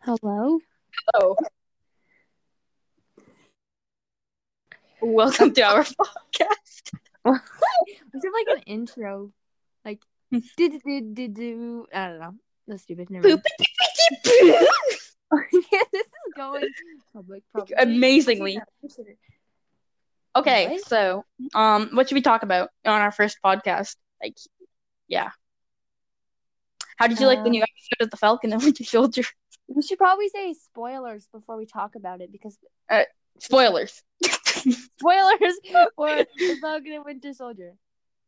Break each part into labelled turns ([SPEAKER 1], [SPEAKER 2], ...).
[SPEAKER 1] Hello.
[SPEAKER 2] Hello. Welcome to our podcast.
[SPEAKER 1] Is it like an intro? Like
[SPEAKER 2] Hmm.
[SPEAKER 1] did did did do I don't know. That's stupid. Never mind. yeah, this is going public. Probably.
[SPEAKER 2] Amazingly. Okay,
[SPEAKER 1] What?
[SPEAKER 2] so um, what should we talk about on our first podcast? Like, yeah. How did you like the
[SPEAKER 1] Uh,
[SPEAKER 2] new episode of The Falcon and Winter Soldier?
[SPEAKER 1] We should probably say spoilers before we talk about it because
[SPEAKER 2] Spoilers.
[SPEAKER 1] spoilers for the Falcon and Winter Soldier.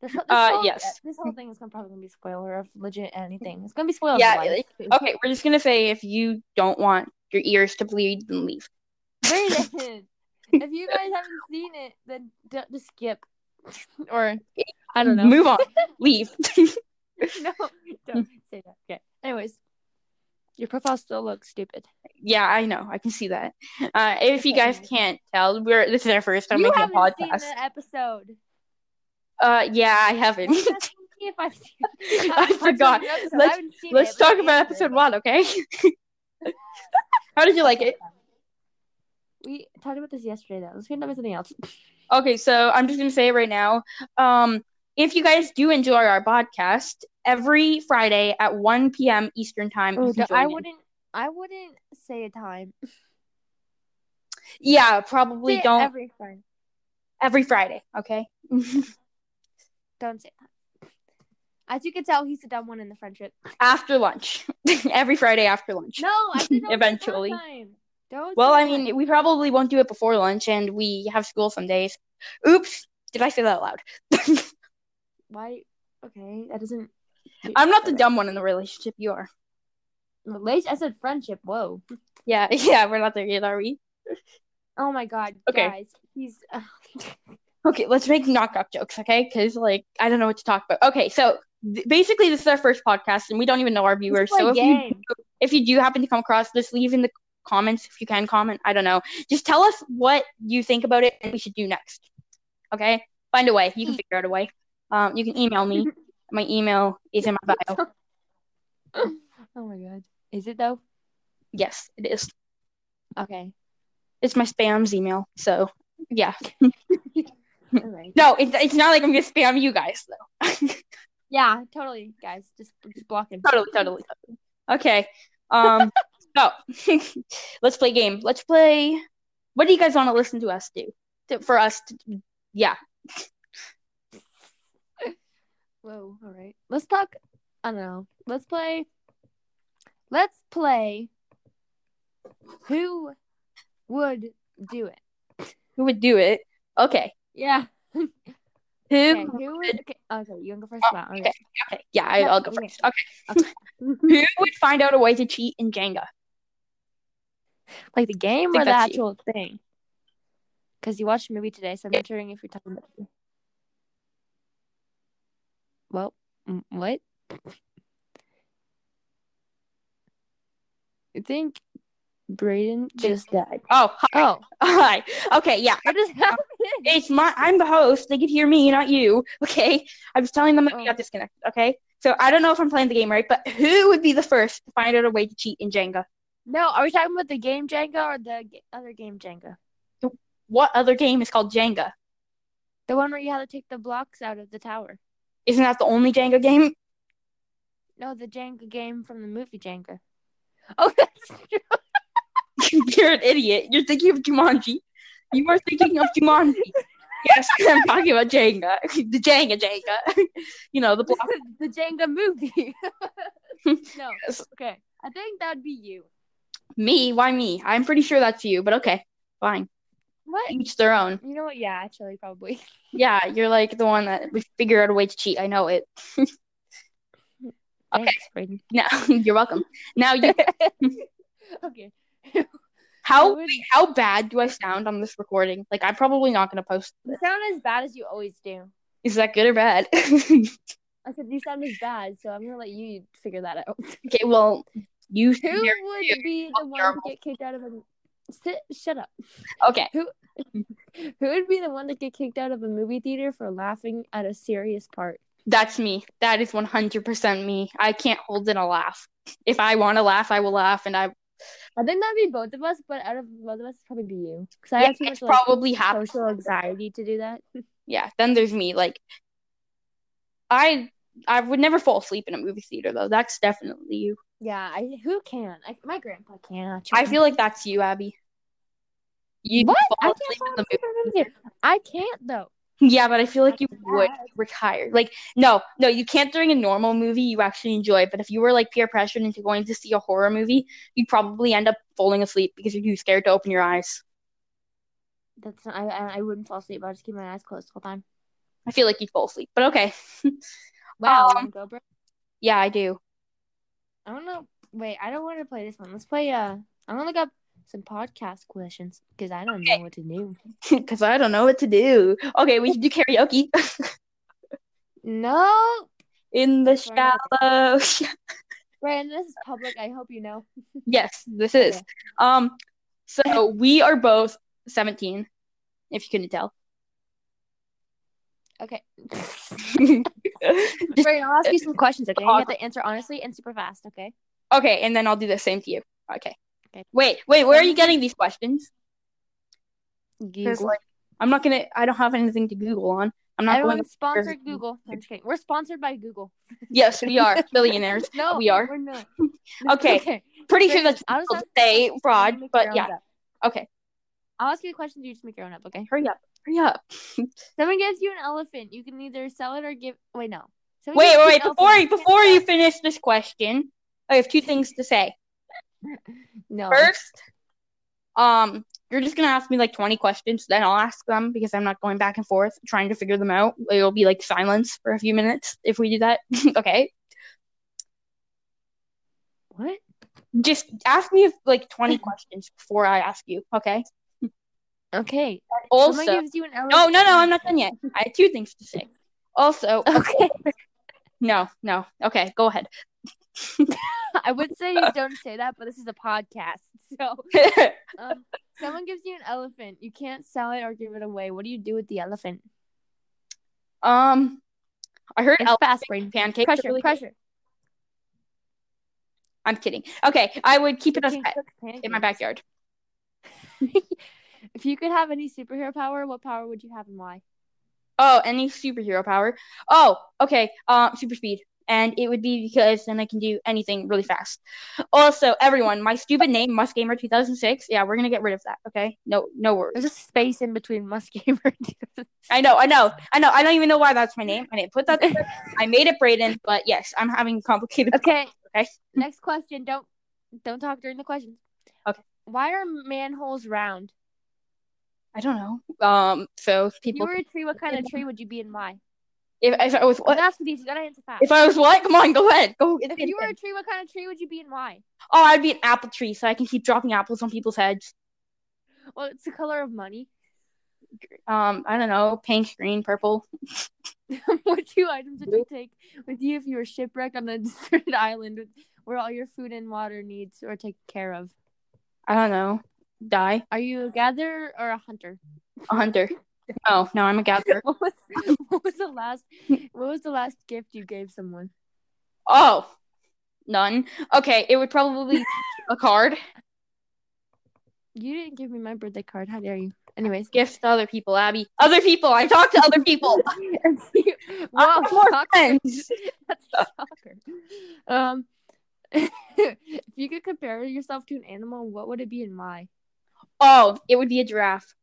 [SPEAKER 1] This, this
[SPEAKER 2] Uh,
[SPEAKER 1] whole,
[SPEAKER 2] yes.
[SPEAKER 1] This whole thing is gonna probably gonna be spoiler of legit anything. It's gonna be spoiler.
[SPEAKER 2] Yeah,
[SPEAKER 1] of life.
[SPEAKER 2] okay, we're just gonna say if you don't want your ears to bleed, then leave.
[SPEAKER 1] Wait a minute. if you guys haven't seen it, then don't, just skip. or I don't know.
[SPEAKER 2] Move on. Leave.
[SPEAKER 1] no, don't say that. Okay. Anyways, your profile still looks stupid.
[SPEAKER 2] Yeah, I know. I can see that. Uh, if you
[SPEAKER 1] Okay,
[SPEAKER 2] guys
[SPEAKER 1] anyways.
[SPEAKER 2] can't tell, we're this is our first time
[SPEAKER 1] you
[SPEAKER 2] making a
[SPEAKER 1] haven't seen
[SPEAKER 2] podcast.
[SPEAKER 1] the episode.
[SPEAKER 2] Uh, yeah, I
[SPEAKER 1] I'm
[SPEAKER 2] haven't.
[SPEAKER 1] asking if I've seen it.
[SPEAKER 2] I
[SPEAKER 1] I'm sorry,
[SPEAKER 2] forgot.
[SPEAKER 1] the episode. I
[SPEAKER 2] Let's-
[SPEAKER 1] haven't seen
[SPEAKER 2] Let's
[SPEAKER 1] it, but
[SPEAKER 2] talk
[SPEAKER 1] I
[SPEAKER 2] about
[SPEAKER 1] answered
[SPEAKER 2] episode
[SPEAKER 1] it.
[SPEAKER 2] one, okay? How did you like it?
[SPEAKER 1] We talked about this yesterday, though. Let's get into something else.
[SPEAKER 2] Okay, so I'm just gonna say it right now. Um, if you guys do enjoy our podcast, every Friday at 1 p.m. Eastern time, you can join
[SPEAKER 1] Oh, I
[SPEAKER 2] in.
[SPEAKER 1] wouldn't. I wouldn't say a time.
[SPEAKER 2] Yeah, probably
[SPEAKER 1] Say it
[SPEAKER 2] don't every,
[SPEAKER 1] Every time.
[SPEAKER 2] Friday, okay?
[SPEAKER 1] Don't say a time. As you can tell, he's the dumb one in the friendship.
[SPEAKER 2] after lunch, every Friday after lunch.
[SPEAKER 1] No, I said don't say
[SPEAKER 2] Eventually.
[SPEAKER 1] time. Don't.
[SPEAKER 2] Well,
[SPEAKER 1] say
[SPEAKER 2] I
[SPEAKER 1] time.
[SPEAKER 2] mean, we probably won't do it before lunch, and we have school some days. Oops, did I say that loud?
[SPEAKER 1] why? Okay, that doesn't.
[SPEAKER 2] I'm not the dumb one in the relationship. You are.
[SPEAKER 1] Relation- I said friendship. Whoa.
[SPEAKER 2] Yeah, yeah, we're not there yet, are we?
[SPEAKER 1] Oh my god,
[SPEAKER 2] Okay.
[SPEAKER 1] guys, he's.
[SPEAKER 2] Okay, let's make knockoff jokes, okay? Because like I don't know what to talk about. Okay, so th- basically this is our first podcast, and we don't even know our viewers.
[SPEAKER 1] Let's play
[SPEAKER 2] So
[SPEAKER 1] a
[SPEAKER 2] if you
[SPEAKER 1] game.
[SPEAKER 2] do, if you do happen to come across this, leave in the comments if you can comment. I don't know. Just tell us what you think about it, and we should do next. Okay, find a way. You can figure out a way. Um, you can email me. My email is in my bio.
[SPEAKER 1] oh my god, is it though?
[SPEAKER 2] Yes, it is.
[SPEAKER 1] Okay.
[SPEAKER 2] It's my spam's email. So yeah,
[SPEAKER 1] All right.
[SPEAKER 2] no, it's it's not like I'm gonna spam you guys though.
[SPEAKER 1] Yeah, totally, guys. Just just blocking.
[SPEAKER 2] totally, totally, totally. Okay. Um. so let's play game. Let's play. What do you guys want to listen to us do? To- for us, to, yeah.
[SPEAKER 1] Whoa. All right. Let's talk. I don't know. Let's play. Let's play. Who would do it?
[SPEAKER 2] Who would do it? Okay.
[SPEAKER 1] Yeah.
[SPEAKER 2] Who?
[SPEAKER 1] Okay.
[SPEAKER 2] Okay.
[SPEAKER 1] Who would? Okay. okay you can go first. Wow. Okay.
[SPEAKER 2] okay. Yeah, I,
[SPEAKER 1] Yeah,
[SPEAKER 2] I'll go
[SPEAKER 1] okay.
[SPEAKER 2] first. Okay. Who would find out a way to cheat in Jenga?
[SPEAKER 1] like the game
[SPEAKER 2] think
[SPEAKER 1] or the
[SPEAKER 2] that's you.
[SPEAKER 1] actual thing? Because you watched a movie today, so I'm wondering if you're talking about. Well, m- what? I think Brayden just died.
[SPEAKER 2] Oh, hi.
[SPEAKER 1] Oh,
[SPEAKER 2] hi. Okay. Yeah.
[SPEAKER 1] what just happened?
[SPEAKER 2] It's my. I'm the host. They could hear me, not you. Okay. I was telling them that we
[SPEAKER 1] Oh.
[SPEAKER 2] got disconnected. Okay. So I don't know if I'm playing the game right, but who would be the first to find out a way to cheat in Jenga?
[SPEAKER 1] No, are we talking about the game Jenga or the g- other game Jenga?
[SPEAKER 2] What other game is called Jenga?
[SPEAKER 1] The one where you had to take the blocks out of the tower.
[SPEAKER 2] Isn't that the only Jenga game?
[SPEAKER 1] No, the Jenga game from the movie Jenga. Oh, that's true.
[SPEAKER 2] You're an idiot. You're thinking of Jumanji. You are thinking of Jumanji. Yes, I'm talking about Jenga. The Jenga Jenga. You know, the block.
[SPEAKER 1] the Jenga movie. no.
[SPEAKER 2] Yes.
[SPEAKER 1] Okay. I think that'd be you.
[SPEAKER 2] Me? Why me? I'm pretty sure that's you, but okay. Fine.
[SPEAKER 1] What?
[SPEAKER 2] Each their own.
[SPEAKER 1] You know what? Yeah, actually, probably.
[SPEAKER 2] Yeah, you're like the one that would figure out a way to cheat. I know it. Okay.
[SPEAKER 1] Thanks, Brayden.
[SPEAKER 2] Now you're welcome. Now you
[SPEAKER 1] okay. I
[SPEAKER 2] how
[SPEAKER 1] would-
[SPEAKER 2] how bad do I sound on this recording? Like I'm probably not gonna post
[SPEAKER 1] You
[SPEAKER 2] this.
[SPEAKER 1] sound as bad as you always do.
[SPEAKER 2] Is that good or bad?
[SPEAKER 1] I said you sound as bad, so I'm gonna let you figure that out.
[SPEAKER 2] okay, well you
[SPEAKER 1] Who
[SPEAKER 2] you're-
[SPEAKER 1] would
[SPEAKER 2] you.
[SPEAKER 1] be the one to
[SPEAKER 2] terrible.
[SPEAKER 1] get kicked out of a sit? Shut up.
[SPEAKER 2] okay.
[SPEAKER 1] Who would be the one to get kicked out of a movie theater for laughing at a serious part?
[SPEAKER 2] That's me. That is 100% me. I can't hold in a laugh. If I want to laugh, I will laugh and I
[SPEAKER 1] I think that'd be both of us, but out of both of us, it'd probably be you because I
[SPEAKER 2] Yeah,
[SPEAKER 1] have too much
[SPEAKER 2] it's
[SPEAKER 1] like,
[SPEAKER 2] probably half.
[SPEAKER 1] social anxiety to do that.
[SPEAKER 2] Yeah. Then there's me. Like, I I would never fall asleep in a movie theater though. That's definitely you.
[SPEAKER 1] Yeah, I who can? I, my grandpa can.
[SPEAKER 2] I feel like that's you, Abby. You
[SPEAKER 1] What? I
[SPEAKER 2] fall
[SPEAKER 1] can't
[SPEAKER 2] asleep in
[SPEAKER 1] fall
[SPEAKER 2] the
[SPEAKER 1] asleep in a movie theater. I can't though.
[SPEAKER 2] movie. Yeah, but I feel like you would.
[SPEAKER 1] That's-
[SPEAKER 2] You were tired. Like, no, no, you can't during a normal movie. You actually enjoy it. But if you were like peer pressured into going to see a horror movie, you'd probably end up falling asleep because you're too scared to open your eyes.
[SPEAKER 1] That's not, I, I I wouldn't fall asleep. I just keep my eyes closed the whole time.
[SPEAKER 2] I feel like you'd fall asleep. But okay.
[SPEAKER 1] Wow, you
[SPEAKER 2] Um,
[SPEAKER 1] wanna go, bro?
[SPEAKER 2] Yeah, I do.
[SPEAKER 1] I don't know. Wait, I don't want to play this one. Let's play. Uh, I'm gonna look up some podcast questions because I don't know what to do.
[SPEAKER 2] Because I don't know what to do. Okay, we can do karaoke.
[SPEAKER 1] No,
[SPEAKER 2] In the
[SPEAKER 1] Sorry, I
[SPEAKER 2] shallow.
[SPEAKER 1] Brandon, this is public. I hope you know.
[SPEAKER 2] yes, this is.
[SPEAKER 1] Okay.
[SPEAKER 2] Um, so we are both 17, if you couldn't tell.
[SPEAKER 1] Okay,
[SPEAKER 2] Just-
[SPEAKER 1] Brandon, I'll ask you some questions. Okay, you have to answer honestly and super fast. Okay.
[SPEAKER 2] okay, and then I'll do the same to you. Okay.
[SPEAKER 1] Okay.
[SPEAKER 2] Wait, wait, where are you getting these questions? 'Cause,
[SPEAKER 1] Google.
[SPEAKER 2] like, I'm not gonna. I don't have anything to Google on. I'm not going.
[SPEAKER 1] Everyone's sponsored Google. I'm just kidding. We're sponsored by Google.
[SPEAKER 2] Yes, we are billionaires.
[SPEAKER 1] No,
[SPEAKER 2] We are.
[SPEAKER 1] We're not.
[SPEAKER 2] Okay, Pretty sure
[SPEAKER 1] Brandon,
[SPEAKER 2] that's
[SPEAKER 1] I'll just
[SPEAKER 2] what
[SPEAKER 1] ask
[SPEAKER 2] people say,
[SPEAKER 1] you
[SPEAKER 2] fraud,
[SPEAKER 1] make your
[SPEAKER 2] but
[SPEAKER 1] own
[SPEAKER 2] yeah.
[SPEAKER 1] up.
[SPEAKER 2] Okay,
[SPEAKER 1] I'll ask you questions. You just make your own up. Okay.
[SPEAKER 2] hurry up, hurry up.
[SPEAKER 1] Someone gives you an elephant. You can either sell it or give. Wait, no. Someone
[SPEAKER 2] Wait,
[SPEAKER 1] gives you
[SPEAKER 2] wait,
[SPEAKER 1] an
[SPEAKER 2] wait.
[SPEAKER 1] elephant,
[SPEAKER 2] Before
[SPEAKER 1] you can't
[SPEAKER 2] before
[SPEAKER 1] sell-
[SPEAKER 2] you finish this question, I have two things to say.
[SPEAKER 1] No.
[SPEAKER 2] First, um, you're just gonna ask me like 20 questions, then I'll ask them because I'm not going back and forth trying to figure them out. It'll be like silence for a few minutes if we do that. okay,
[SPEAKER 1] What?
[SPEAKER 2] just ask me like 20 questions before I ask you. Okay.
[SPEAKER 1] Okay.
[SPEAKER 2] Also,
[SPEAKER 1] Someone gives you an elephant.
[SPEAKER 2] no, no, no, I'm not done yet. I have two things to say. Also,
[SPEAKER 1] Okay.
[SPEAKER 2] no, no. Okay, go ahead.
[SPEAKER 1] I would say you don't say that, but this is a podcast, so um, someone gives you an elephant. You can't sell it or give it away. What do you do with the elephant?
[SPEAKER 2] um, I heard
[SPEAKER 1] It's
[SPEAKER 2] elephant
[SPEAKER 1] fast brain.
[SPEAKER 2] pancakes. are
[SPEAKER 1] Pressure,
[SPEAKER 2] really good.
[SPEAKER 1] pressure.
[SPEAKER 2] I'm kidding. Okay, I would keep it
[SPEAKER 1] You can't
[SPEAKER 2] outside
[SPEAKER 1] cook
[SPEAKER 2] in
[SPEAKER 1] pancakes.
[SPEAKER 2] my backyard.
[SPEAKER 1] if you could have any superhero power, what power would you have and why?
[SPEAKER 2] Oh, any superhero power. Oh, okay. Um, super speed. And it would be because then I can do anything really fast. Also, everyone, my stupid name, Must Gamer 2006. Yeah, we're gonna get rid of that. Okay, no, no
[SPEAKER 1] There's
[SPEAKER 2] worries.
[SPEAKER 1] a space in between Muskamer.
[SPEAKER 2] I know, I know, I know. I don't even know why that's my name. I didn't put that. There. I made it Brayden, but yes, I'm having complicated.
[SPEAKER 1] okay.
[SPEAKER 2] Okay.
[SPEAKER 1] Next question. Don't don't talk during the questions.
[SPEAKER 2] Okay.
[SPEAKER 1] Why are manholes round?
[SPEAKER 2] I don't know. Um, so
[SPEAKER 1] If you
[SPEAKER 2] people,
[SPEAKER 1] were a tree, what kind of tree would you be and why?
[SPEAKER 2] if, if I was
[SPEAKER 1] Don't
[SPEAKER 2] what,
[SPEAKER 1] ask me these. You gotta answer fast.
[SPEAKER 2] if I was what? Come on, go ahead, go.
[SPEAKER 1] If you were a tree, what kind of tree would you be and why?
[SPEAKER 2] oh, I'd be an apple tree, so I can keep dropping apples on people's heads.
[SPEAKER 1] Well, it's the color of money.
[SPEAKER 2] Um, I don't know, pink, green, purple.
[SPEAKER 1] what two items would you take with you if you were shipwrecked on a deserted island with, where all your food and water needs are taken care of?
[SPEAKER 2] I don't know. Die.
[SPEAKER 1] Are you a gatherer or a hunter?
[SPEAKER 2] A hunter. Oh, no, I'm a gatherer.
[SPEAKER 1] What was what was the last what was the last gift you gave someone?
[SPEAKER 2] Oh, none. Okay, it would probably be a card.
[SPEAKER 1] You didn't give me my birthday card. How dare you? Anyways.
[SPEAKER 2] Gifts to other people, Abby. Other people. I talk to other people.
[SPEAKER 1] wow,
[SPEAKER 2] I have more
[SPEAKER 1] shocker.
[SPEAKER 2] friends.
[SPEAKER 1] That's a shocker. Um if you could compare yourself to an animal, what would it be and why?
[SPEAKER 2] Oh, it would be a giraffe.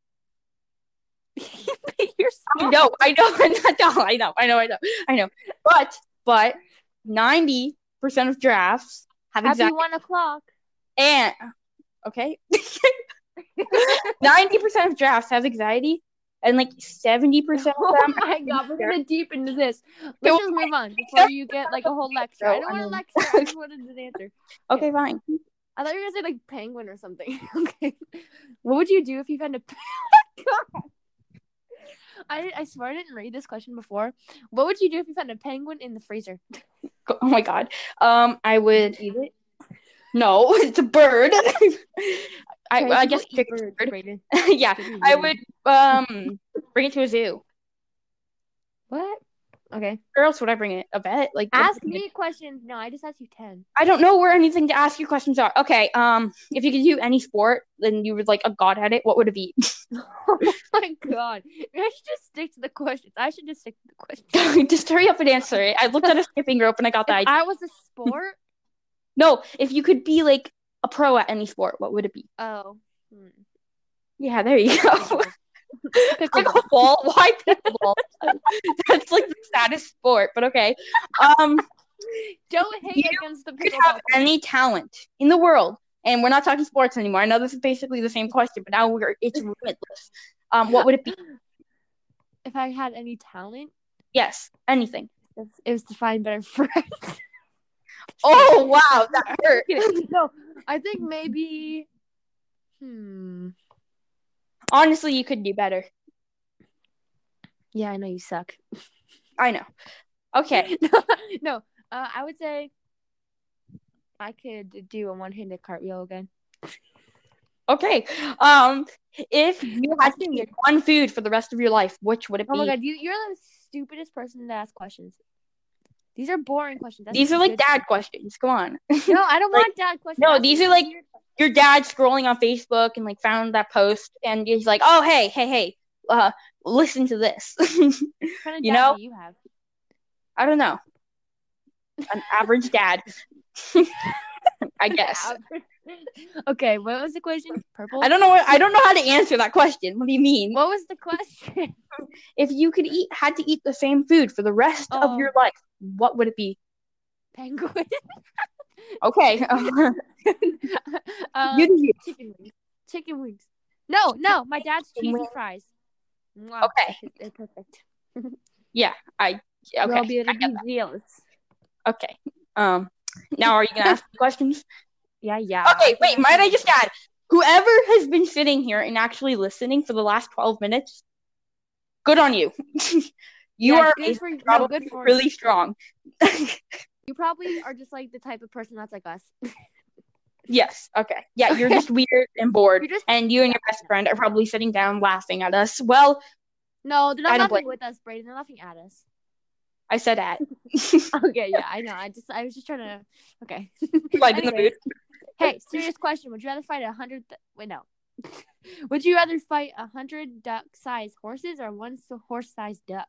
[SPEAKER 2] I
[SPEAKER 1] yourself.
[SPEAKER 2] know, I know, no, I know, I know, I know, I know. But, but, ninety percent of giraffes have
[SPEAKER 1] Happy
[SPEAKER 2] exactly
[SPEAKER 1] one o'clock.
[SPEAKER 2] and okay, ninety percent of giraffes have anxiety, and like seventy percent
[SPEAKER 1] Oh
[SPEAKER 2] of them.
[SPEAKER 1] my god, we're gonna deep into this. Let's just move on before you get like a whole lecture. I don't want a lecture. I just wanted an answer.
[SPEAKER 2] Okay, fine.
[SPEAKER 1] I thought you were gonna say like penguin or something. okay. What would you do if you found a Oh god. I, I swear I didn't read this question before. What would you do if you found a penguin in the freezer?
[SPEAKER 2] Oh my god. Um, I would.
[SPEAKER 1] Eat it?
[SPEAKER 2] No, it's a bird. I, I guess pick a bird.
[SPEAKER 1] Brayden.
[SPEAKER 2] yeah,
[SPEAKER 1] Could be
[SPEAKER 2] I
[SPEAKER 1] weird.
[SPEAKER 2] would um bring it to a zoo.
[SPEAKER 1] What? Okay.
[SPEAKER 2] Where else would I bring it? A vet? Like
[SPEAKER 1] Ask me questions. No, I just asked you ten.
[SPEAKER 2] I don't know where anything to ask you questions are. Okay. Um, if you could do any sport, then you were like a god at it. What would it be?
[SPEAKER 1] oh my god. I should just stick to the questions. I should just stick to the questions.
[SPEAKER 2] Just hurry up and answer it. I looked at a skipping rope and I got
[SPEAKER 1] If
[SPEAKER 2] that. idea.
[SPEAKER 1] I was a sport.
[SPEAKER 2] no, if you could be like a pro at any sport, what would it be?
[SPEAKER 1] oh. Hmm.
[SPEAKER 2] Yeah, there you go.
[SPEAKER 1] Pickleball.
[SPEAKER 2] Pickleball? Why pickleball? That's like the saddest sport, but okay. Um,
[SPEAKER 1] Don't hit
[SPEAKER 2] You
[SPEAKER 1] against the
[SPEAKER 2] you could have
[SPEAKER 1] pickleball.
[SPEAKER 2] any talent in the world, and we're not talking sports anymore. I know this is basically the same question, but now we're it's limitless. Um, what would it be?
[SPEAKER 1] If I had any talent,
[SPEAKER 2] Yes, anything.
[SPEAKER 1] it's- it was to find better friends.
[SPEAKER 2] Oh wow, that hurt.
[SPEAKER 1] no, I think maybe. Hmm.
[SPEAKER 2] Honestly, you could do better.
[SPEAKER 1] Yeah, I know you suck.
[SPEAKER 2] I know. Okay.
[SPEAKER 1] no, uh, I would say I could do a one-handed cartwheel again.
[SPEAKER 2] Okay. Um, if you had
[SPEAKER 1] That's
[SPEAKER 2] to eat one food for the rest of your life, which would it be?
[SPEAKER 1] Oh my god, you, you're the stupidest person to ask questions. These are boring questions. That's
[SPEAKER 2] These are
[SPEAKER 1] not
[SPEAKER 2] like
[SPEAKER 1] good.
[SPEAKER 2] dad questions. Come on.
[SPEAKER 1] No, I don't
[SPEAKER 2] like-
[SPEAKER 1] want dad questions.
[SPEAKER 2] No,
[SPEAKER 1] Ask
[SPEAKER 2] these
[SPEAKER 1] me
[SPEAKER 2] are, like,
[SPEAKER 1] weird-
[SPEAKER 2] Your dad scrolling on Facebook and like found that post and he's like, "Oh, hey, hey, hey. Uh, listen to this."
[SPEAKER 1] what kind of
[SPEAKER 2] you
[SPEAKER 1] dad
[SPEAKER 2] know?
[SPEAKER 1] do you have.
[SPEAKER 2] I don't know. An average dad. I guess.
[SPEAKER 1] okay, what was the question? Purple.
[SPEAKER 2] I don't know. What, I don't know how to answer that question. What do you mean?
[SPEAKER 1] What was the question?
[SPEAKER 2] if you could eat, had to eat the same food for the rest
[SPEAKER 1] Oh.
[SPEAKER 2] of your life, what would it be?
[SPEAKER 1] Penguin.
[SPEAKER 2] Okay.
[SPEAKER 1] um,
[SPEAKER 2] you do you.
[SPEAKER 1] chicken wings. Chicken wings. No, no, my dad's
[SPEAKER 2] Chicken
[SPEAKER 1] cheesy
[SPEAKER 2] wings.
[SPEAKER 1] fries. Mwah.
[SPEAKER 2] Okay.
[SPEAKER 1] They're perfect.
[SPEAKER 2] Okay.
[SPEAKER 1] We'll be able to be zealous.
[SPEAKER 2] Okay. Um. Now, are you gonna ask me questions?
[SPEAKER 1] Yeah, yeah.
[SPEAKER 2] Okay.
[SPEAKER 1] think
[SPEAKER 2] Wait.
[SPEAKER 1] that's
[SPEAKER 2] Might I
[SPEAKER 1] fine.
[SPEAKER 2] just add? Whoever has been sitting here and actually listening for the last twelve minutes, good on you. you
[SPEAKER 1] Yeah,
[SPEAKER 2] are
[SPEAKER 1] good for, no,
[SPEAKER 2] probably
[SPEAKER 1] good for
[SPEAKER 2] really strong.
[SPEAKER 1] You probably are just like the type of person that's like us.
[SPEAKER 2] Yes. Okay. Yeah. You're just weird and bored,
[SPEAKER 1] You're just-
[SPEAKER 2] and you and your best friend are probably sitting down laughing at us. Well,
[SPEAKER 1] No, they're not
[SPEAKER 2] I don't
[SPEAKER 1] laughing
[SPEAKER 2] blame
[SPEAKER 1] with us, Brayden. They're laughing at us.
[SPEAKER 2] I said at.
[SPEAKER 1] Okay, yeah, I know. I just, I was just trying to. Okay.
[SPEAKER 2] like in the mood.
[SPEAKER 1] Anyways. Hey, serious question. Would you rather fight a hundred? Th- wait, no. Would you rather fight a hundred duck-sized horses or one s- horse-sized duck?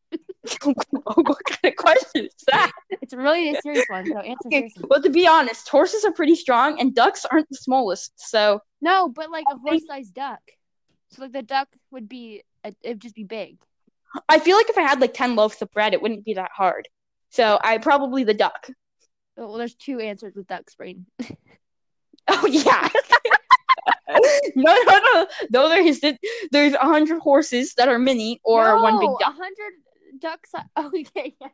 [SPEAKER 2] what kind of question is that?
[SPEAKER 1] It's really a serious one, so answer
[SPEAKER 2] Okay,
[SPEAKER 1] seriously.
[SPEAKER 2] Well, to be honest, horses are pretty strong, and ducks aren't the smallest. So
[SPEAKER 1] No, but like a
[SPEAKER 2] Okay.
[SPEAKER 1] horse-sized duck. So like the duck would be, it would just be big.
[SPEAKER 2] I feel like if I had like ten loaves of bread, it wouldn't be that hard. So I probably the duck.
[SPEAKER 1] Oh, Well, there's two answers with duck brain.
[SPEAKER 2] Oh yeah. no, no, no. Those are his. There's a hundred horses that are mini, or one big
[SPEAKER 1] A hundred ducks. Okay, yeah.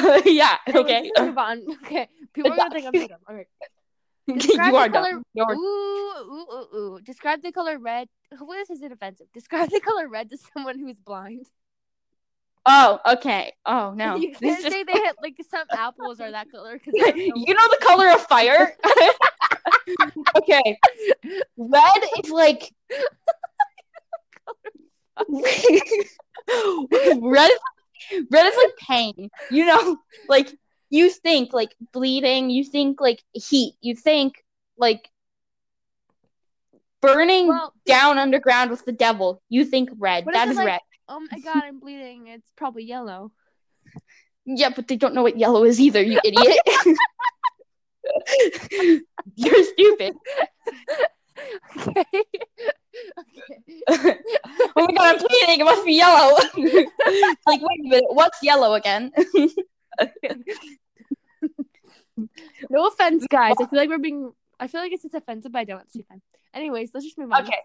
[SPEAKER 2] duck. yeah.
[SPEAKER 1] Anyways,
[SPEAKER 2] Okay.
[SPEAKER 1] let's move on. Okay, people are gonna think I'm dumb. All right. describe
[SPEAKER 2] you
[SPEAKER 1] the
[SPEAKER 2] are
[SPEAKER 1] color-
[SPEAKER 2] dumb. You're-
[SPEAKER 1] Ooh, ooh, ooh, ooh. Describe the color red. Well, this isn't offensive. Describe the color red to someone who is blind.
[SPEAKER 2] Oh, okay. Oh no.
[SPEAKER 1] You
[SPEAKER 2] This
[SPEAKER 1] can't
[SPEAKER 2] just-
[SPEAKER 1] say they hit like some apples are that color because
[SPEAKER 2] you know the color of fire. okay. Red is like. red, is, red is like pain. You know, like you think like bleeding. You think like heat. You think like burning
[SPEAKER 1] Well,
[SPEAKER 2] down underground with the devil. You think red.
[SPEAKER 1] What if
[SPEAKER 2] That
[SPEAKER 1] it's
[SPEAKER 2] is
[SPEAKER 1] like-
[SPEAKER 2] red.
[SPEAKER 1] oh my god, I'm bleeding. It's probably yellow.
[SPEAKER 2] Yeah, but they don't know what yellow is either. You idiot. You're stupid.
[SPEAKER 1] okay. okay.
[SPEAKER 2] oh my god, I'm bleeding. It must be yellow. like, wait a minute, what's yellow again?
[SPEAKER 1] No offense, guys. I feel like we're being. I feel like it's just offensive, but I don't at the same time. Anyways, let's just move on.
[SPEAKER 2] Okay.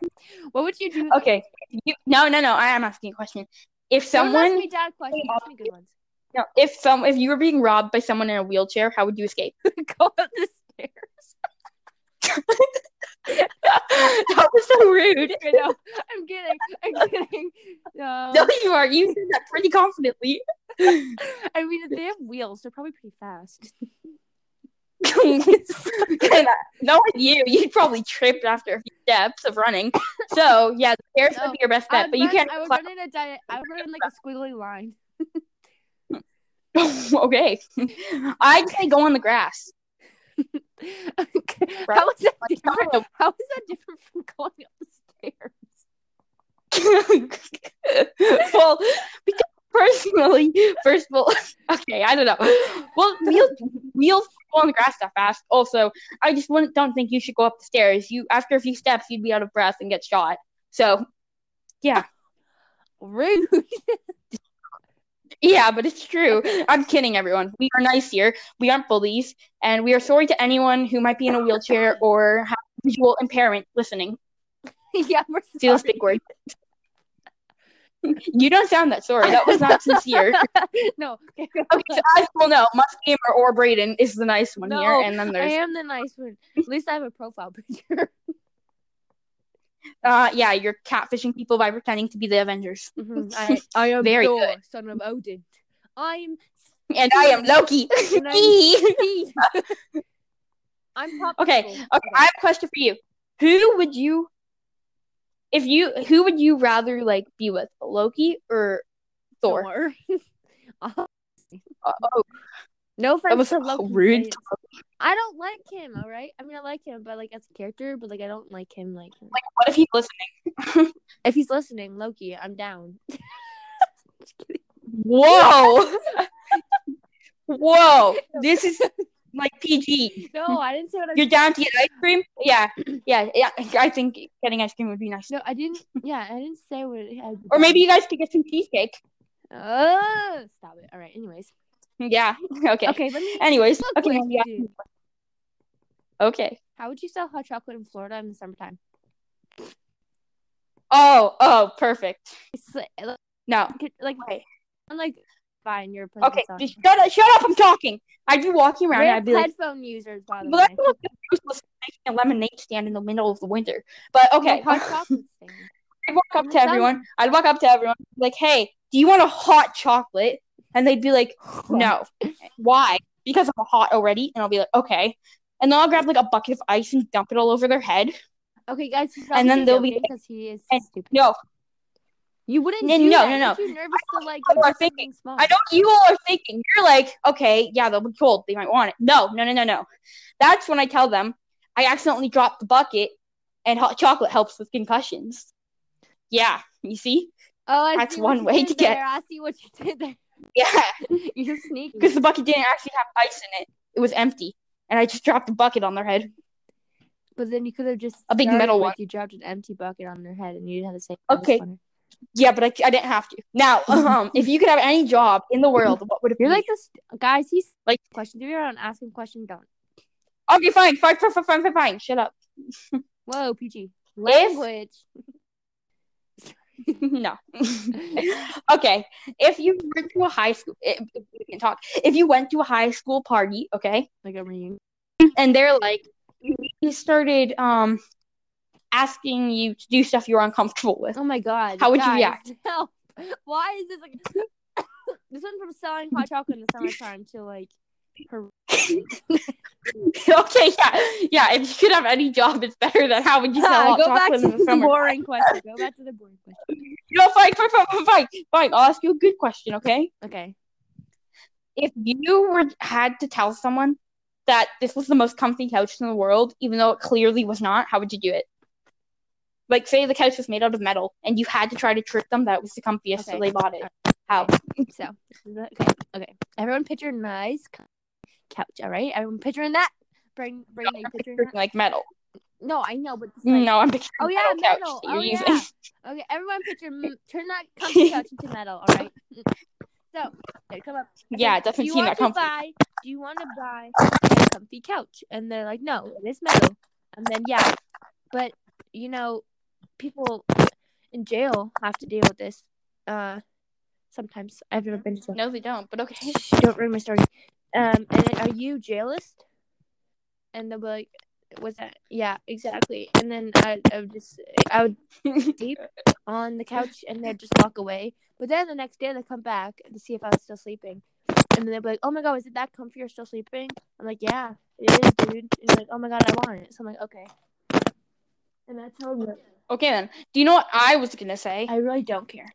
[SPEAKER 1] What would you do?
[SPEAKER 2] okay. You, no, no, no. I am asking a question. If
[SPEAKER 1] Don't ask
[SPEAKER 2] someone,
[SPEAKER 1] me dad questions. Ask me good ones.
[SPEAKER 2] no, if some, if you were being robbed by someone in a wheelchair, how would you escape?
[SPEAKER 1] Go up the stairs.
[SPEAKER 2] that was so rude.
[SPEAKER 1] I know. I'm kidding. I'm kidding. No.
[SPEAKER 2] No, you are. You said that pretty confidently.
[SPEAKER 1] I mean, they have wheels. They're probably pretty fast.
[SPEAKER 2] And, uh, knowing you, you'd probably trip after a few steps of running. So yeah, the stairs
[SPEAKER 1] No,
[SPEAKER 2] would be your best
[SPEAKER 1] I
[SPEAKER 2] bet,
[SPEAKER 1] would
[SPEAKER 2] but you
[SPEAKER 1] run-
[SPEAKER 2] can't.
[SPEAKER 1] I would
[SPEAKER 2] climb-
[SPEAKER 1] run in a di- I would run in like a squiggly line.
[SPEAKER 2] okay. I'd say go on the grass.
[SPEAKER 1] okay.
[SPEAKER 2] Right?
[SPEAKER 1] How is that
[SPEAKER 2] Like,
[SPEAKER 1] different?
[SPEAKER 2] kinda-
[SPEAKER 1] How is that different from going up the stairs?
[SPEAKER 2] well, because personally, first of all, okay, I don't know. Well, wheels wheels go on the grass that fast. Also, I just wouldn't don't think you should go up the stairs. You after a few steps, you'd be out of breath and get shot. So
[SPEAKER 1] Rude.
[SPEAKER 2] yeah, but it's true. I'm kidding, everyone. We are nice here. We aren't bullies, and we are sorry to anyone who might be in a wheelchair or have visual impairment listening.
[SPEAKER 1] yeah, we're
[SPEAKER 2] See those
[SPEAKER 1] sorry.
[SPEAKER 2] big words. You don't sound that sorry. That was not sincere.
[SPEAKER 1] no, okay.
[SPEAKER 2] Okay, so I will know. Must Gamer or Brayden is the nice one here,
[SPEAKER 1] No,
[SPEAKER 2] and then
[SPEAKER 1] I
[SPEAKER 2] there's
[SPEAKER 1] am the nice one. At least I have a profile picture.
[SPEAKER 2] uh yeah, you're catfishing people by pretending to be the Avengers,
[SPEAKER 1] Mhm. I, I am
[SPEAKER 2] Mm-hmm. Very
[SPEAKER 1] Thor, son of Odin. I'm
[SPEAKER 2] and I am Loki.
[SPEAKER 1] And I'm-
[SPEAKER 2] Eee.
[SPEAKER 1] Steve. I'm Pop.
[SPEAKER 2] Okay,
[SPEAKER 1] Pickle.
[SPEAKER 2] okay, I have a question for you. Who would you, if you, who would you rather like be with, Loki or Thor?
[SPEAKER 1] Thor.
[SPEAKER 2] Uh, oh,
[SPEAKER 1] No
[SPEAKER 2] that
[SPEAKER 1] offense
[SPEAKER 2] was
[SPEAKER 1] to
[SPEAKER 2] so
[SPEAKER 1] Loki.
[SPEAKER 2] rude.
[SPEAKER 1] but I don't like him. All right. I mean, I like him, but like as a character, but like I don't like him. Like
[SPEAKER 2] Like, what if he's listening?
[SPEAKER 1] if he's listening, Loki, I'm down. Just kidding.
[SPEAKER 2] Whoa, whoa, this is like PG.
[SPEAKER 1] No, I didn't say what I.
[SPEAKER 2] You're down to get ice cream? Yeah, yeah, yeah. I think getting ice cream would be nice.
[SPEAKER 1] No, I didn't. Yeah, I didn't say what. I,
[SPEAKER 2] Or maybe you guys could get some cheesecake.
[SPEAKER 1] Oh, stop it. All right. Anyways.
[SPEAKER 2] Yeah. Okay.
[SPEAKER 1] Okay. Let me.
[SPEAKER 2] Anyways,
[SPEAKER 1] Look,
[SPEAKER 2] okay.
[SPEAKER 1] Lexi,
[SPEAKER 2] yeah,
[SPEAKER 1] dude,
[SPEAKER 2] Okay.
[SPEAKER 1] How would you sell hot chocolate in Florida in the summertime?
[SPEAKER 2] Oh, oh, perfect.
[SPEAKER 1] It's like,
[SPEAKER 2] No.
[SPEAKER 1] like,
[SPEAKER 2] Okay.
[SPEAKER 1] I'm like, fine, you're a person
[SPEAKER 2] Okay.
[SPEAKER 1] selling-
[SPEAKER 2] Just shut up. Shut up. I'm talking. I'd be walking around.
[SPEAKER 1] We're
[SPEAKER 2] and I'd be like,
[SPEAKER 1] headphone users, by the
[SPEAKER 2] well,
[SPEAKER 1] way.
[SPEAKER 2] that's not the useless making a lemonade stand in the middle of the winter. But okay.
[SPEAKER 1] No hot chocolate stand.
[SPEAKER 2] I'd walk up
[SPEAKER 1] in the
[SPEAKER 2] to everyone.
[SPEAKER 1] summer.
[SPEAKER 2] I'd walk up to everyone. be Like, hey, do you want a hot chocolate? And they'd be like, no. Why? Because I'm hot already. And I'll be like, okay. And then I'll grab like a bucket of ice and dump it all over their head.
[SPEAKER 1] Okay, guys. he's
[SPEAKER 2] And then
[SPEAKER 1] obviously
[SPEAKER 2] they'll be
[SPEAKER 1] joking 'cause he is
[SPEAKER 2] and-
[SPEAKER 1] stupid.
[SPEAKER 2] No,
[SPEAKER 1] You wouldn't
[SPEAKER 2] no,
[SPEAKER 1] do
[SPEAKER 2] no,
[SPEAKER 1] that
[SPEAKER 2] no,
[SPEAKER 1] if you're nervous to like
[SPEAKER 2] know
[SPEAKER 1] go
[SPEAKER 2] what I'm
[SPEAKER 1] do something small.
[SPEAKER 2] I know what you all are thinking. You're like, okay, yeah, they'll be cold. They might want it. No, no, no, no, no. That's when I tell them I accidentally dropped the bucket and hot chocolate helps with concussions. Yeah, you see?
[SPEAKER 1] Oh, I
[SPEAKER 2] That's
[SPEAKER 1] see what
[SPEAKER 2] one
[SPEAKER 1] you
[SPEAKER 2] way
[SPEAKER 1] did
[SPEAKER 2] to get-
[SPEAKER 1] there. I see what you did there.
[SPEAKER 2] Yeah,
[SPEAKER 1] You're sneaky.
[SPEAKER 2] because the bucket didn't actually have ice in it. It was empty. And I just dropped the bucket on their head.
[SPEAKER 1] But then you could have just
[SPEAKER 2] A big
[SPEAKER 1] started
[SPEAKER 2] metal
[SPEAKER 1] with
[SPEAKER 2] one.
[SPEAKER 1] You dropped an empty bucket on their head, and you didn't have to say.
[SPEAKER 2] Okay. Yeah, but I, I didn't have to. Now, um, if you could have any job in the world, what would it be?
[SPEAKER 1] You're like this, guys. He's
[SPEAKER 2] Like-
[SPEAKER 1] question. Do you don't ask him question? Don't.
[SPEAKER 2] okay, fine, fine, fine, fine, fine, fine, fine. Shut up.
[SPEAKER 1] Whoa, PG language.
[SPEAKER 2] no. okay. If you went to a high school, if, if we can talk. If you went to a high school party, okay,
[SPEAKER 1] like a reunion.
[SPEAKER 2] and they're like, we started um asking you to do stuff you're uncomfortable with.
[SPEAKER 1] Oh my god.
[SPEAKER 2] How would you
[SPEAKER 1] guys,
[SPEAKER 2] react?
[SPEAKER 1] Help. Why is this like this went from selling hot chocolate in the summertime to like her
[SPEAKER 2] okay, yeah, yeah. If you could have any job, it's better than how would you sell hot
[SPEAKER 1] go back
[SPEAKER 2] chocolate
[SPEAKER 1] to
[SPEAKER 2] in the
[SPEAKER 1] the
[SPEAKER 2] summer?
[SPEAKER 1] boring question. Go back to the boring question.
[SPEAKER 2] No, fine, fine, fine, fine, fine, fine. I'll ask you a good question, okay?
[SPEAKER 1] Okay.
[SPEAKER 2] If you were had to tell someone that this was the most comfy couch in the world, even though it clearly was not, how would you do it? Like, say the couch was made out of metal, and you had to try to trick them that it was the comfiest, so
[SPEAKER 1] Okay.
[SPEAKER 2] they bought it.
[SPEAKER 1] Alright.
[SPEAKER 2] How?
[SPEAKER 1] So okay. Okay. Everyone picture a nice cou- couch, all right? Everyone picturing that. Bring bring
[SPEAKER 2] I'm
[SPEAKER 1] a picture.
[SPEAKER 2] picturing, like metal.
[SPEAKER 1] No, I know, but it's like,
[SPEAKER 2] No, I'm picturing
[SPEAKER 1] Oh, yeah,
[SPEAKER 2] metal couch
[SPEAKER 1] metal.
[SPEAKER 2] that you're
[SPEAKER 1] Oh,
[SPEAKER 2] using.
[SPEAKER 1] yeah. Okay, everyone picture m- turn that comfy couch into metal, all right? So, okay, come up. Okay,
[SPEAKER 2] Yeah, it doesn't
[SPEAKER 1] do you
[SPEAKER 2] seem
[SPEAKER 1] want
[SPEAKER 2] that
[SPEAKER 1] to
[SPEAKER 2] comfy.
[SPEAKER 1] buy? Do you want to buy a comfy couch? And they're like, no, it is metal. And then yeah, but you know, people in jail have to deal with this. Uh, sometimes I've never been to jail.
[SPEAKER 2] No, they don't. But okay.
[SPEAKER 1] Shh, Don't ruin my story. Um, and then, are you jailist? And they'll be like, "Was that? Yeah, exactly." And then I, I would just, I would sleep on the couch and they'd just walk away. But then the next day they come back to see if I was still sleeping. And then they'd be like, Oh my god, is it that comfy you're still sleeping? I'm like, Yeah, it is, dude. And they're like, Oh my god, I want it. So I'm like, Okay. And that's how it works.
[SPEAKER 2] okay then. Do you know what I was gonna say?
[SPEAKER 1] I really don't care.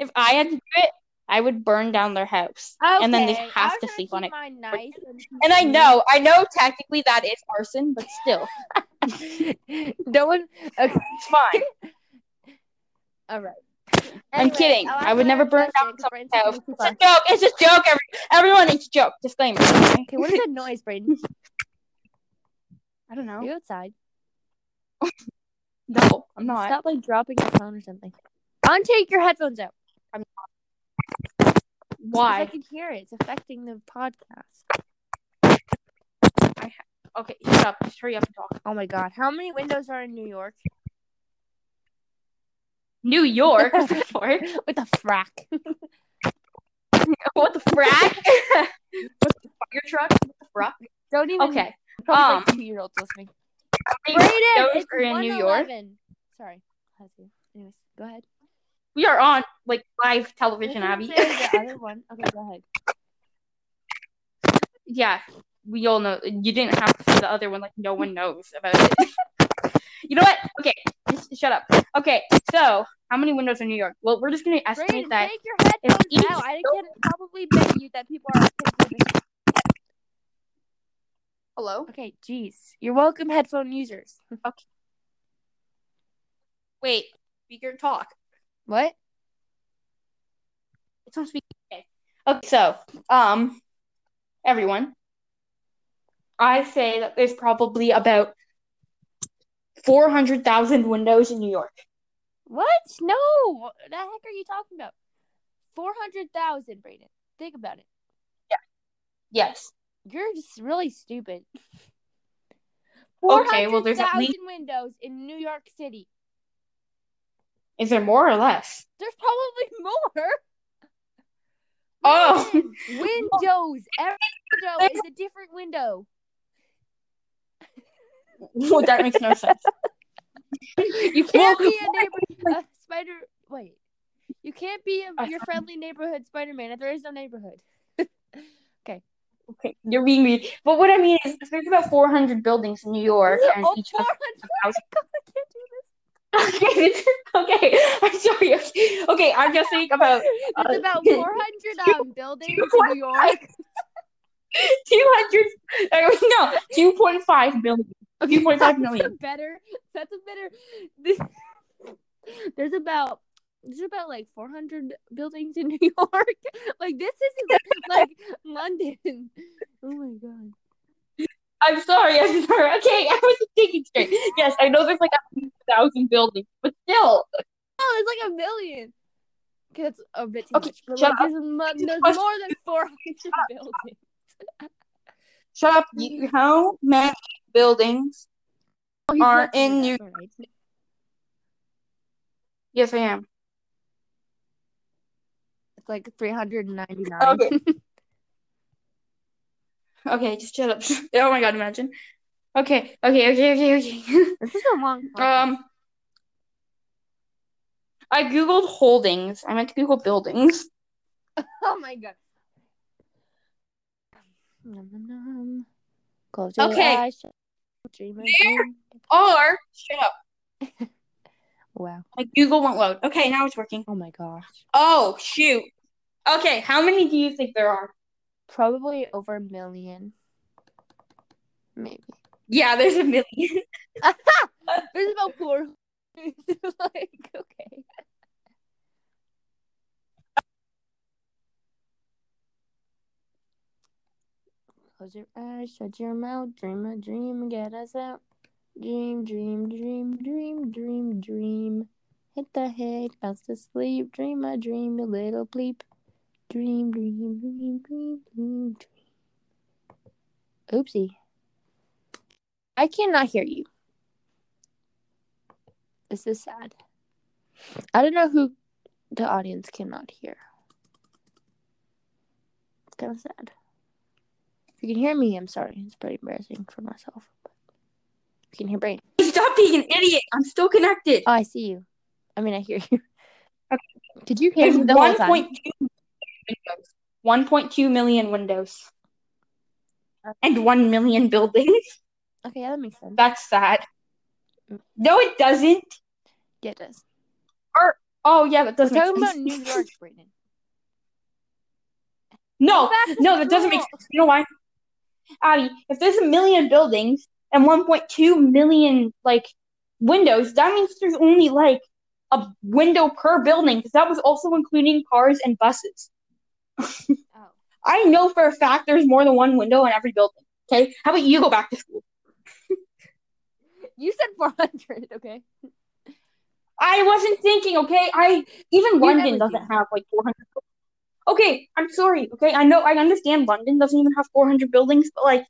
[SPEAKER 2] If I had to do it, I would burn down their house, and then they
[SPEAKER 1] Okay, I
[SPEAKER 2] have
[SPEAKER 1] was
[SPEAKER 2] to
[SPEAKER 1] trying
[SPEAKER 2] sleep on
[SPEAKER 1] keep Mm-hmm. mine
[SPEAKER 2] it.
[SPEAKER 1] nice and,
[SPEAKER 2] And I know, I know, technically that is arson, but still,
[SPEAKER 1] know. no one. Okay.
[SPEAKER 2] it's fine.
[SPEAKER 1] All right.
[SPEAKER 2] I'm kidding. I would never burn down
[SPEAKER 1] someone's
[SPEAKER 2] house. It's a joke. It's a joke. Every, everyone, it's a joke. Disclaimer. Okay.
[SPEAKER 1] Okay, what is that noise, Brayden?
[SPEAKER 2] I don't
[SPEAKER 1] Are
[SPEAKER 2] know.
[SPEAKER 1] you outside?
[SPEAKER 2] No, I'm not.
[SPEAKER 1] Stop like dropping your phone or something. Untake your headphones out. 'cause I
[SPEAKER 2] Why?
[SPEAKER 1] can hear it. It's affecting the podcast.
[SPEAKER 2] Okay, shut up. Just hurry up and talk.
[SPEAKER 1] Oh my god. How many windows are in New York?
[SPEAKER 2] New York. What the fuck?
[SPEAKER 1] With a frack.
[SPEAKER 2] What the frack? What the fire truck? What the frack?
[SPEAKER 1] Don't even.
[SPEAKER 2] Okay. um,
[SPEAKER 1] Probably like two year olds listening. Brayden,
[SPEAKER 2] Those
[SPEAKER 1] it's
[SPEAKER 2] are in New York.
[SPEAKER 1] 1:11. Sorry. Husband. Anyways, go ahead.
[SPEAKER 2] We are on like live television,
[SPEAKER 1] What did
[SPEAKER 2] Abby.
[SPEAKER 1] you say the other one. Okay, go ahead.
[SPEAKER 2] yeah, we all know. You didn't have to say the other one. Like no one knows about it. you know what? Okay, just shut up. Okay, so how many windows in New York? Well, we're just gonna estimate
[SPEAKER 1] Brayden,
[SPEAKER 2] that.
[SPEAKER 1] take your headphones
[SPEAKER 2] each-
[SPEAKER 1] out. I can probably bet you that people are listening to this
[SPEAKER 2] Hello.
[SPEAKER 1] Okay, geez. You're welcome, headphone users.
[SPEAKER 2] Wait, speaker talk.
[SPEAKER 1] What?
[SPEAKER 2] It's on speaker. Okay. Okay, so um, everyone, I say that there's probably about four hundred thousand windows in New York.
[SPEAKER 1] What? No. What the heck are you talking about? 400,000, Brayden. Think about it.
[SPEAKER 2] Yes.
[SPEAKER 1] You're just really stupid.
[SPEAKER 2] Okay, well, there's at
[SPEAKER 1] 400,000
[SPEAKER 2] least-
[SPEAKER 1] windows in New York City.
[SPEAKER 2] Is there more or less?
[SPEAKER 1] There's probably more.
[SPEAKER 2] Oh.
[SPEAKER 1] Brayden, windows. Every window is a different window.
[SPEAKER 2] Well, that makes no sense. You
[SPEAKER 1] can't
[SPEAKER 2] can't.
[SPEAKER 1] be a neighbor. A spider. Wait. You can't be a,
[SPEAKER 2] I-
[SPEAKER 1] your friendly neighborhood Spider Man if there is no neighborhood.
[SPEAKER 2] Okay, you're being mean. But what I mean is, there's about 400 buildings in New York, and
[SPEAKER 1] oh,
[SPEAKER 2] each
[SPEAKER 1] 400. Oh my God, I can't do this.
[SPEAKER 2] has- okay, this- okay, I'm sorry. Okay, I'm just saying about
[SPEAKER 1] There's
[SPEAKER 2] Uh,
[SPEAKER 1] about
[SPEAKER 2] you-
[SPEAKER 1] 400 um, buildings
[SPEAKER 2] you
[SPEAKER 1] in New York.
[SPEAKER 2] 200. I mean, uh, no, 2.5 billion. 2.5
[SPEAKER 1] That's a
[SPEAKER 2] million.
[SPEAKER 1] better. That's a better. This, there's about there's about like 400 buildings in New York. Like this isn't like London. Oh my god.
[SPEAKER 2] I'm sorry. I'm sorry. Okay, I wasn't thinking straight. Yes, I know there's like a thousand buildings, but still,
[SPEAKER 1] Oh, it's like a million. Okay, that's a bit too
[SPEAKER 2] Okay,
[SPEAKER 1] much. But
[SPEAKER 2] shut
[SPEAKER 1] like, there's, mu-
[SPEAKER 2] Just
[SPEAKER 1] there's
[SPEAKER 2] question-
[SPEAKER 1] more than 400 buildings.
[SPEAKER 2] shut up. You, how many buildings?
[SPEAKER 1] Oh, he's
[SPEAKER 2] Are
[SPEAKER 1] not doing that,
[SPEAKER 2] in New-
[SPEAKER 1] alright.
[SPEAKER 2] Yes, I am.
[SPEAKER 1] It's like 399.
[SPEAKER 2] Okay. Okay, just shut up. Oh my god, imagine. Okay, okay, okay, okay, okay.
[SPEAKER 1] This is a long. podcast.
[SPEAKER 2] Um, I googled holdings. I meant to Google buildings.
[SPEAKER 1] Oh my god. Nom, nom, nom. Close
[SPEAKER 2] Okay.
[SPEAKER 1] Your eyes, shut- dream of
[SPEAKER 2] There.
[SPEAKER 1] you.
[SPEAKER 2] Or shut up.
[SPEAKER 1] Wow.
[SPEAKER 2] My Google won't load. Okay, now it's working.
[SPEAKER 1] Oh my gosh.
[SPEAKER 2] Oh shoot. Okay, how many do you think there are?
[SPEAKER 1] Probably over a million. Maybe.
[SPEAKER 2] Yeah, there's a million.
[SPEAKER 1] There's about four. like, okay. Close your eyes, shut your mouth, dream a dream, get us out. Dream, dream, dream, dream, dream, dream. Hit the head, bounce to sleep, dream a dream, a little bleep. Dream, dream, dream, dream, dream, dream. Oopsie. I cannot hear you. This is sad. I don't know who the audience cannot hear. It's kind of sad. If you can hear me, I'm sorry. It's pretty embarrassing for myself. But you can hear Brain.
[SPEAKER 2] Stop being an idiot. I'm still connected.
[SPEAKER 1] Oh, I see you. I mean, I hear you. Did you hear
[SPEAKER 2] There's
[SPEAKER 1] me the whole
[SPEAKER 2] one
[SPEAKER 1] time?
[SPEAKER 2] point two windows. One point two million windows. And one million buildings.
[SPEAKER 1] Okay, yeah, that makes sense.
[SPEAKER 2] That's sad. No, it doesn't.
[SPEAKER 1] Yeah, it does.
[SPEAKER 2] Oh yeah, that
[SPEAKER 1] We're
[SPEAKER 2] doesn't.
[SPEAKER 1] talking about New York, Brayden.
[SPEAKER 2] No,
[SPEAKER 1] back to
[SPEAKER 2] Oh, no, that doesn't make
[SPEAKER 1] school.
[SPEAKER 2] sense. You know why? Abby, if there's a million buildings and 1.2 million like windows, that means there's only like a window per building because that was also including cars and buses.
[SPEAKER 1] Oh.
[SPEAKER 2] I know for a fact there's more than one window in every building. Okay, how about you go back to school?
[SPEAKER 1] You said 400, okay?
[SPEAKER 2] I wasn't thinking. Okay, I even
[SPEAKER 1] You
[SPEAKER 2] London
[SPEAKER 1] never
[SPEAKER 2] doesn't have like 400. Okay, I'm sorry. Okay, I know I understand London doesn't even have 400 buildings, but like,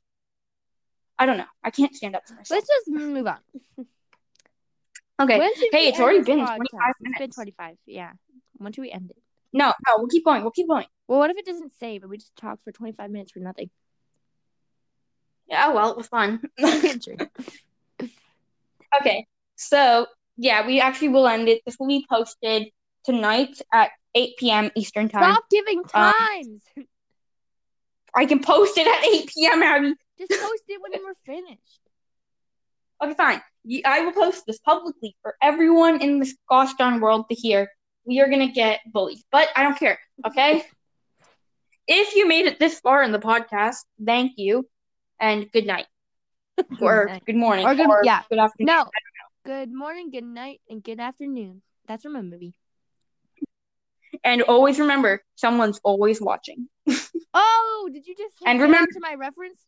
[SPEAKER 2] I don't know. I can't stand up for myself.
[SPEAKER 1] Let's just move on.
[SPEAKER 2] Okay.
[SPEAKER 1] When should
[SPEAKER 2] Hey,
[SPEAKER 1] we
[SPEAKER 2] it's
[SPEAKER 1] end
[SPEAKER 2] already
[SPEAKER 1] this
[SPEAKER 2] been
[SPEAKER 1] podcast?
[SPEAKER 2] 25
[SPEAKER 1] It's been
[SPEAKER 2] minutes.
[SPEAKER 1] 25, yeah. When should we end it?
[SPEAKER 2] No, no, we'll keep going. We'll keep going.
[SPEAKER 1] Well, what if it doesn't save and we just talk for 25 minutes for nothing?
[SPEAKER 2] Yeah, oh, well, it was fun.
[SPEAKER 1] True.
[SPEAKER 2] okay. So, yeah, we actually will end it. This will be posted tonight at 8 p.m. Eastern Time.
[SPEAKER 1] Stop giving
[SPEAKER 2] Uh,
[SPEAKER 1] times!
[SPEAKER 2] I can post it at 8 p.m., Abby.
[SPEAKER 1] just post it when we're finished.
[SPEAKER 2] Okay, fine. You, I will post this publicly for everyone in this gosh darn world to hear. We are going to get bullied, but I don't care. Okay. if you made it this far in the podcast, thank you and good night. or
[SPEAKER 1] night.
[SPEAKER 2] good morning.
[SPEAKER 1] Or good- yeah.
[SPEAKER 2] good afternoon.
[SPEAKER 1] No. Good morning, good night, and good afternoon. That's from a movie.
[SPEAKER 2] And always remember, someone's always watching.
[SPEAKER 1] Oh, did you just
[SPEAKER 2] And
[SPEAKER 1] get
[SPEAKER 2] remember-
[SPEAKER 1] onto my reference?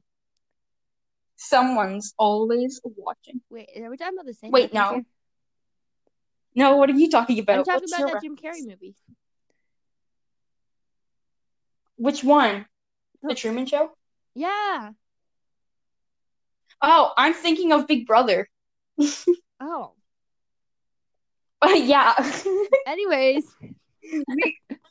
[SPEAKER 2] Someone's always watching.
[SPEAKER 1] Wait, are we talking about the same?
[SPEAKER 2] Wait,
[SPEAKER 1] thing
[SPEAKER 2] no.
[SPEAKER 1] here?
[SPEAKER 2] No, what are you talking about?
[SPEAKER 1] I'm talking
[SPEAKER 2] What's
[SPEAKER 1] about
[SPEAKER 2] your
[SPEAKER 1] that
[SPEAKER 2] ref-
[SPEAKER 1] Jim Carrey movie.
[SPEAKER 2] Which one? The Truman Show?
[SPEAKER 1] Yeah.
[SPEAKER 2] Oh, I'm thinking of Big Brother.
[SPEAKER 1] Oh.
[SPEAKER 2] Oh, yeah.
[SPEAKER 1] Anyways,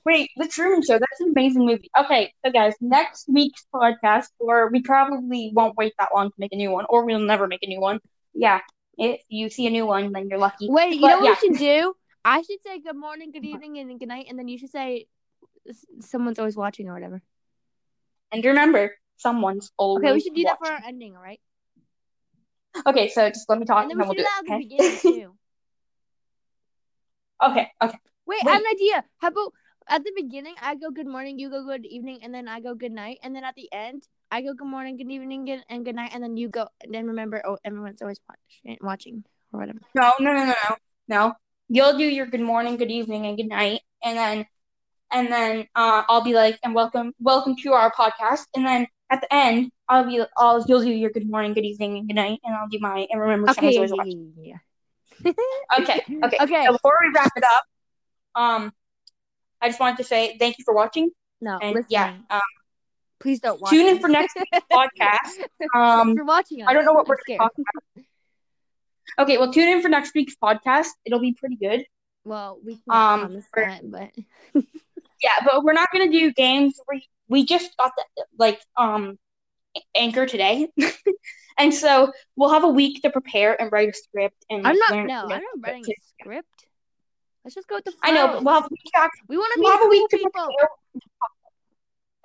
[SPEAKER 2] Wait, The Truman Show. That's an amazing movie. Okay, so guys, next week's podcast, or we probably won't wait that long to make a new one, or we'll never make a new one. Yeah, if you see a new one, then you're lucky.
[SPEAKER 1] wait. You
[SPEAKER 2] But
[SPEAKER 1] know what
[SPEAKER 2] yeah.
[SPEAKER 1] we should do? I should say good morning, good evening, and good night, and then you should say s- someone's always watching or whatever.
[SPEAKER 2] And remember, someone's always
[SPEAKER 1] Okay, we should do that for
[SPEAKER 2] watching.
[SPEAKER 1] our ending, all right?
[SPEAKER 2] Okay, so just let me talk
[SPEAKER 1] And
[SPEAKER 2] and
[SPEAKER 1] then we
[SPEAKER 2] then
[SPEAKER 1] should
[SPEAKER 2] we'll
[SPEAKER 1] do
[SPEAKER 2] do
[SPEAKER 1] that
[SPEAKER 2] it.
[SPEAKER 1] at the
[SPEAKER 2] Okay.
[SPEAKER 1] beginning too.
[SPEAKER 2] Okay, okay.
[SPEAKER 1] Wait, I have an idea. How about at the beginning I go good morning, you go good evening, and then I go good night, and then at the end I go good morning, good evening, good, and good night, and then you go. And then remember, oh, everyone's always watch, watching or whatever.
[SPEAKER 2] No, no, no, no, no. No. You'll do your good morning, good evening, and good night, and then and then uh, I'll be like, and welcome, welcome to our podcast. And then at the end, I'll be, I'll you'll do your good morning, good evening, and good night, and I'll do my and remember. someone's always watching.
[SPEAKER 1] yeah.
[SPEAKER 2] Okay, okay.
[SPEAKER 1] Okay.
[SPEAKER 2] So before we wrap it up, um, I just wanted to say thank you for watching,
[SPEAKER 1] No,
[SPEAKER 2] and
[SPEAKER 1] listen.
[SPEAKER 2] yeah, um,
[SPEAKER 1] Please don't watch.
[SPEAKER 2] tune in
[SPEAKER 1] us.
[SPEAKER 2] for next week's podcast. Um,
[SPEAKER 1] If you're watching us,
[SPEAKER 2] I don't know what we're
[SPEAKER 1] scared.
[SPEAKER 2] gonna talk about. Okay, well, tune in for next week's podcast. It'll be pretty good.
[SPEAKER 1] Well, we can't
[SPEAKER 2] Um,
[SPEAKER 1] promise
[SPEAKER 2] we're-
[SPEAKER 1] that, but
[SPEAKER 2] Yeah, but we're not gonna do games. We we just got the like um anchor today, and so we'll have a week to prepare and write a script and
[SPEAKER 1] I'm not.
[SPEAKER 2] learn-
[SPEAKER 1] No, I'm
[SPEAKER 2] learn-
[SPEAKER 1] not writing a script. Let's just go with the flow.
[SPEAKER 2] I know, but we'll have a week to,
[SPEAKER 1] we want to
[SPEAKER 2] we'll have a
[SPEAKER 1] be
[SPEAKER 2] week
[SPEAKER 1] cool
[SPEAKER 2] to
[SPEAKER 1] people.
[SPEAKER 2] prepare.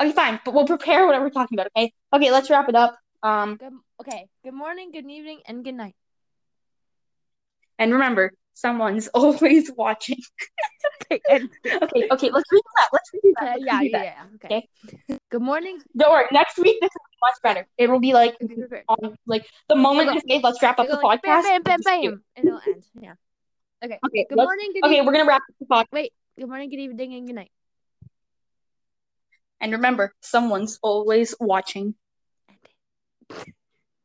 [SPEAKER 2] Okay, fine, but we'll prepare whatever we're talking about. Okay, okay, let's wrap it up. Um,
[SPEAKER 1] Good, okay. Good morning, good evening, and good night.
[SPEAKER 2] and remember, someone's always watching.
[SPEAKER 1] Okay. and-
[SPEAKER 2] Okay, okay, let's redo that. Let's redo that.
[SPEAKER 1] okay,
[SPEAKER 2] Let's
[SPEAKER 1] Uh, yeah,
[SPEAKER 2] redo
[SPEAKER 1] yeah,
[SPEAKER 2] that.
[SPEAKER 1] yeah. Okay. Good morning.
[SPEAKER 2] Don't worry. Next week, this will be much better. It will be like
[SPEAKER 1] Be prepared.
[SPEAKER 2] on like the moment
[SPEAKER 1] We'll go-
[SPEAKER 2] it's made. Let's wrap up
[SPEAKER 1] We
[SPEAKER 2] the
[SPEAKER 1] go like,
[SPEAKER 2] podcast.
[SPEAKER 1] Bam, bam,
[SPEAKER 2] Just
[SPEAKER 1] bam,
[SPEAKER 2] do it.
[SPEAKER 1] bam, and it'll end. Yeah.
[SPEAKER 2] Okay,
[SPEAKER 1] Good
[SPEAKER 2] let's-
[SPEAKER 1] morning. Good
[SPEAKER 2] okay,
[SPEAKER 1] evening.
[SPEAKER 2] we're gonna wrap up the podcast.
[SPEAKER 1] Good morning. Good evening, and good night.
[SPEAKER 2] And remember, someone's always watching.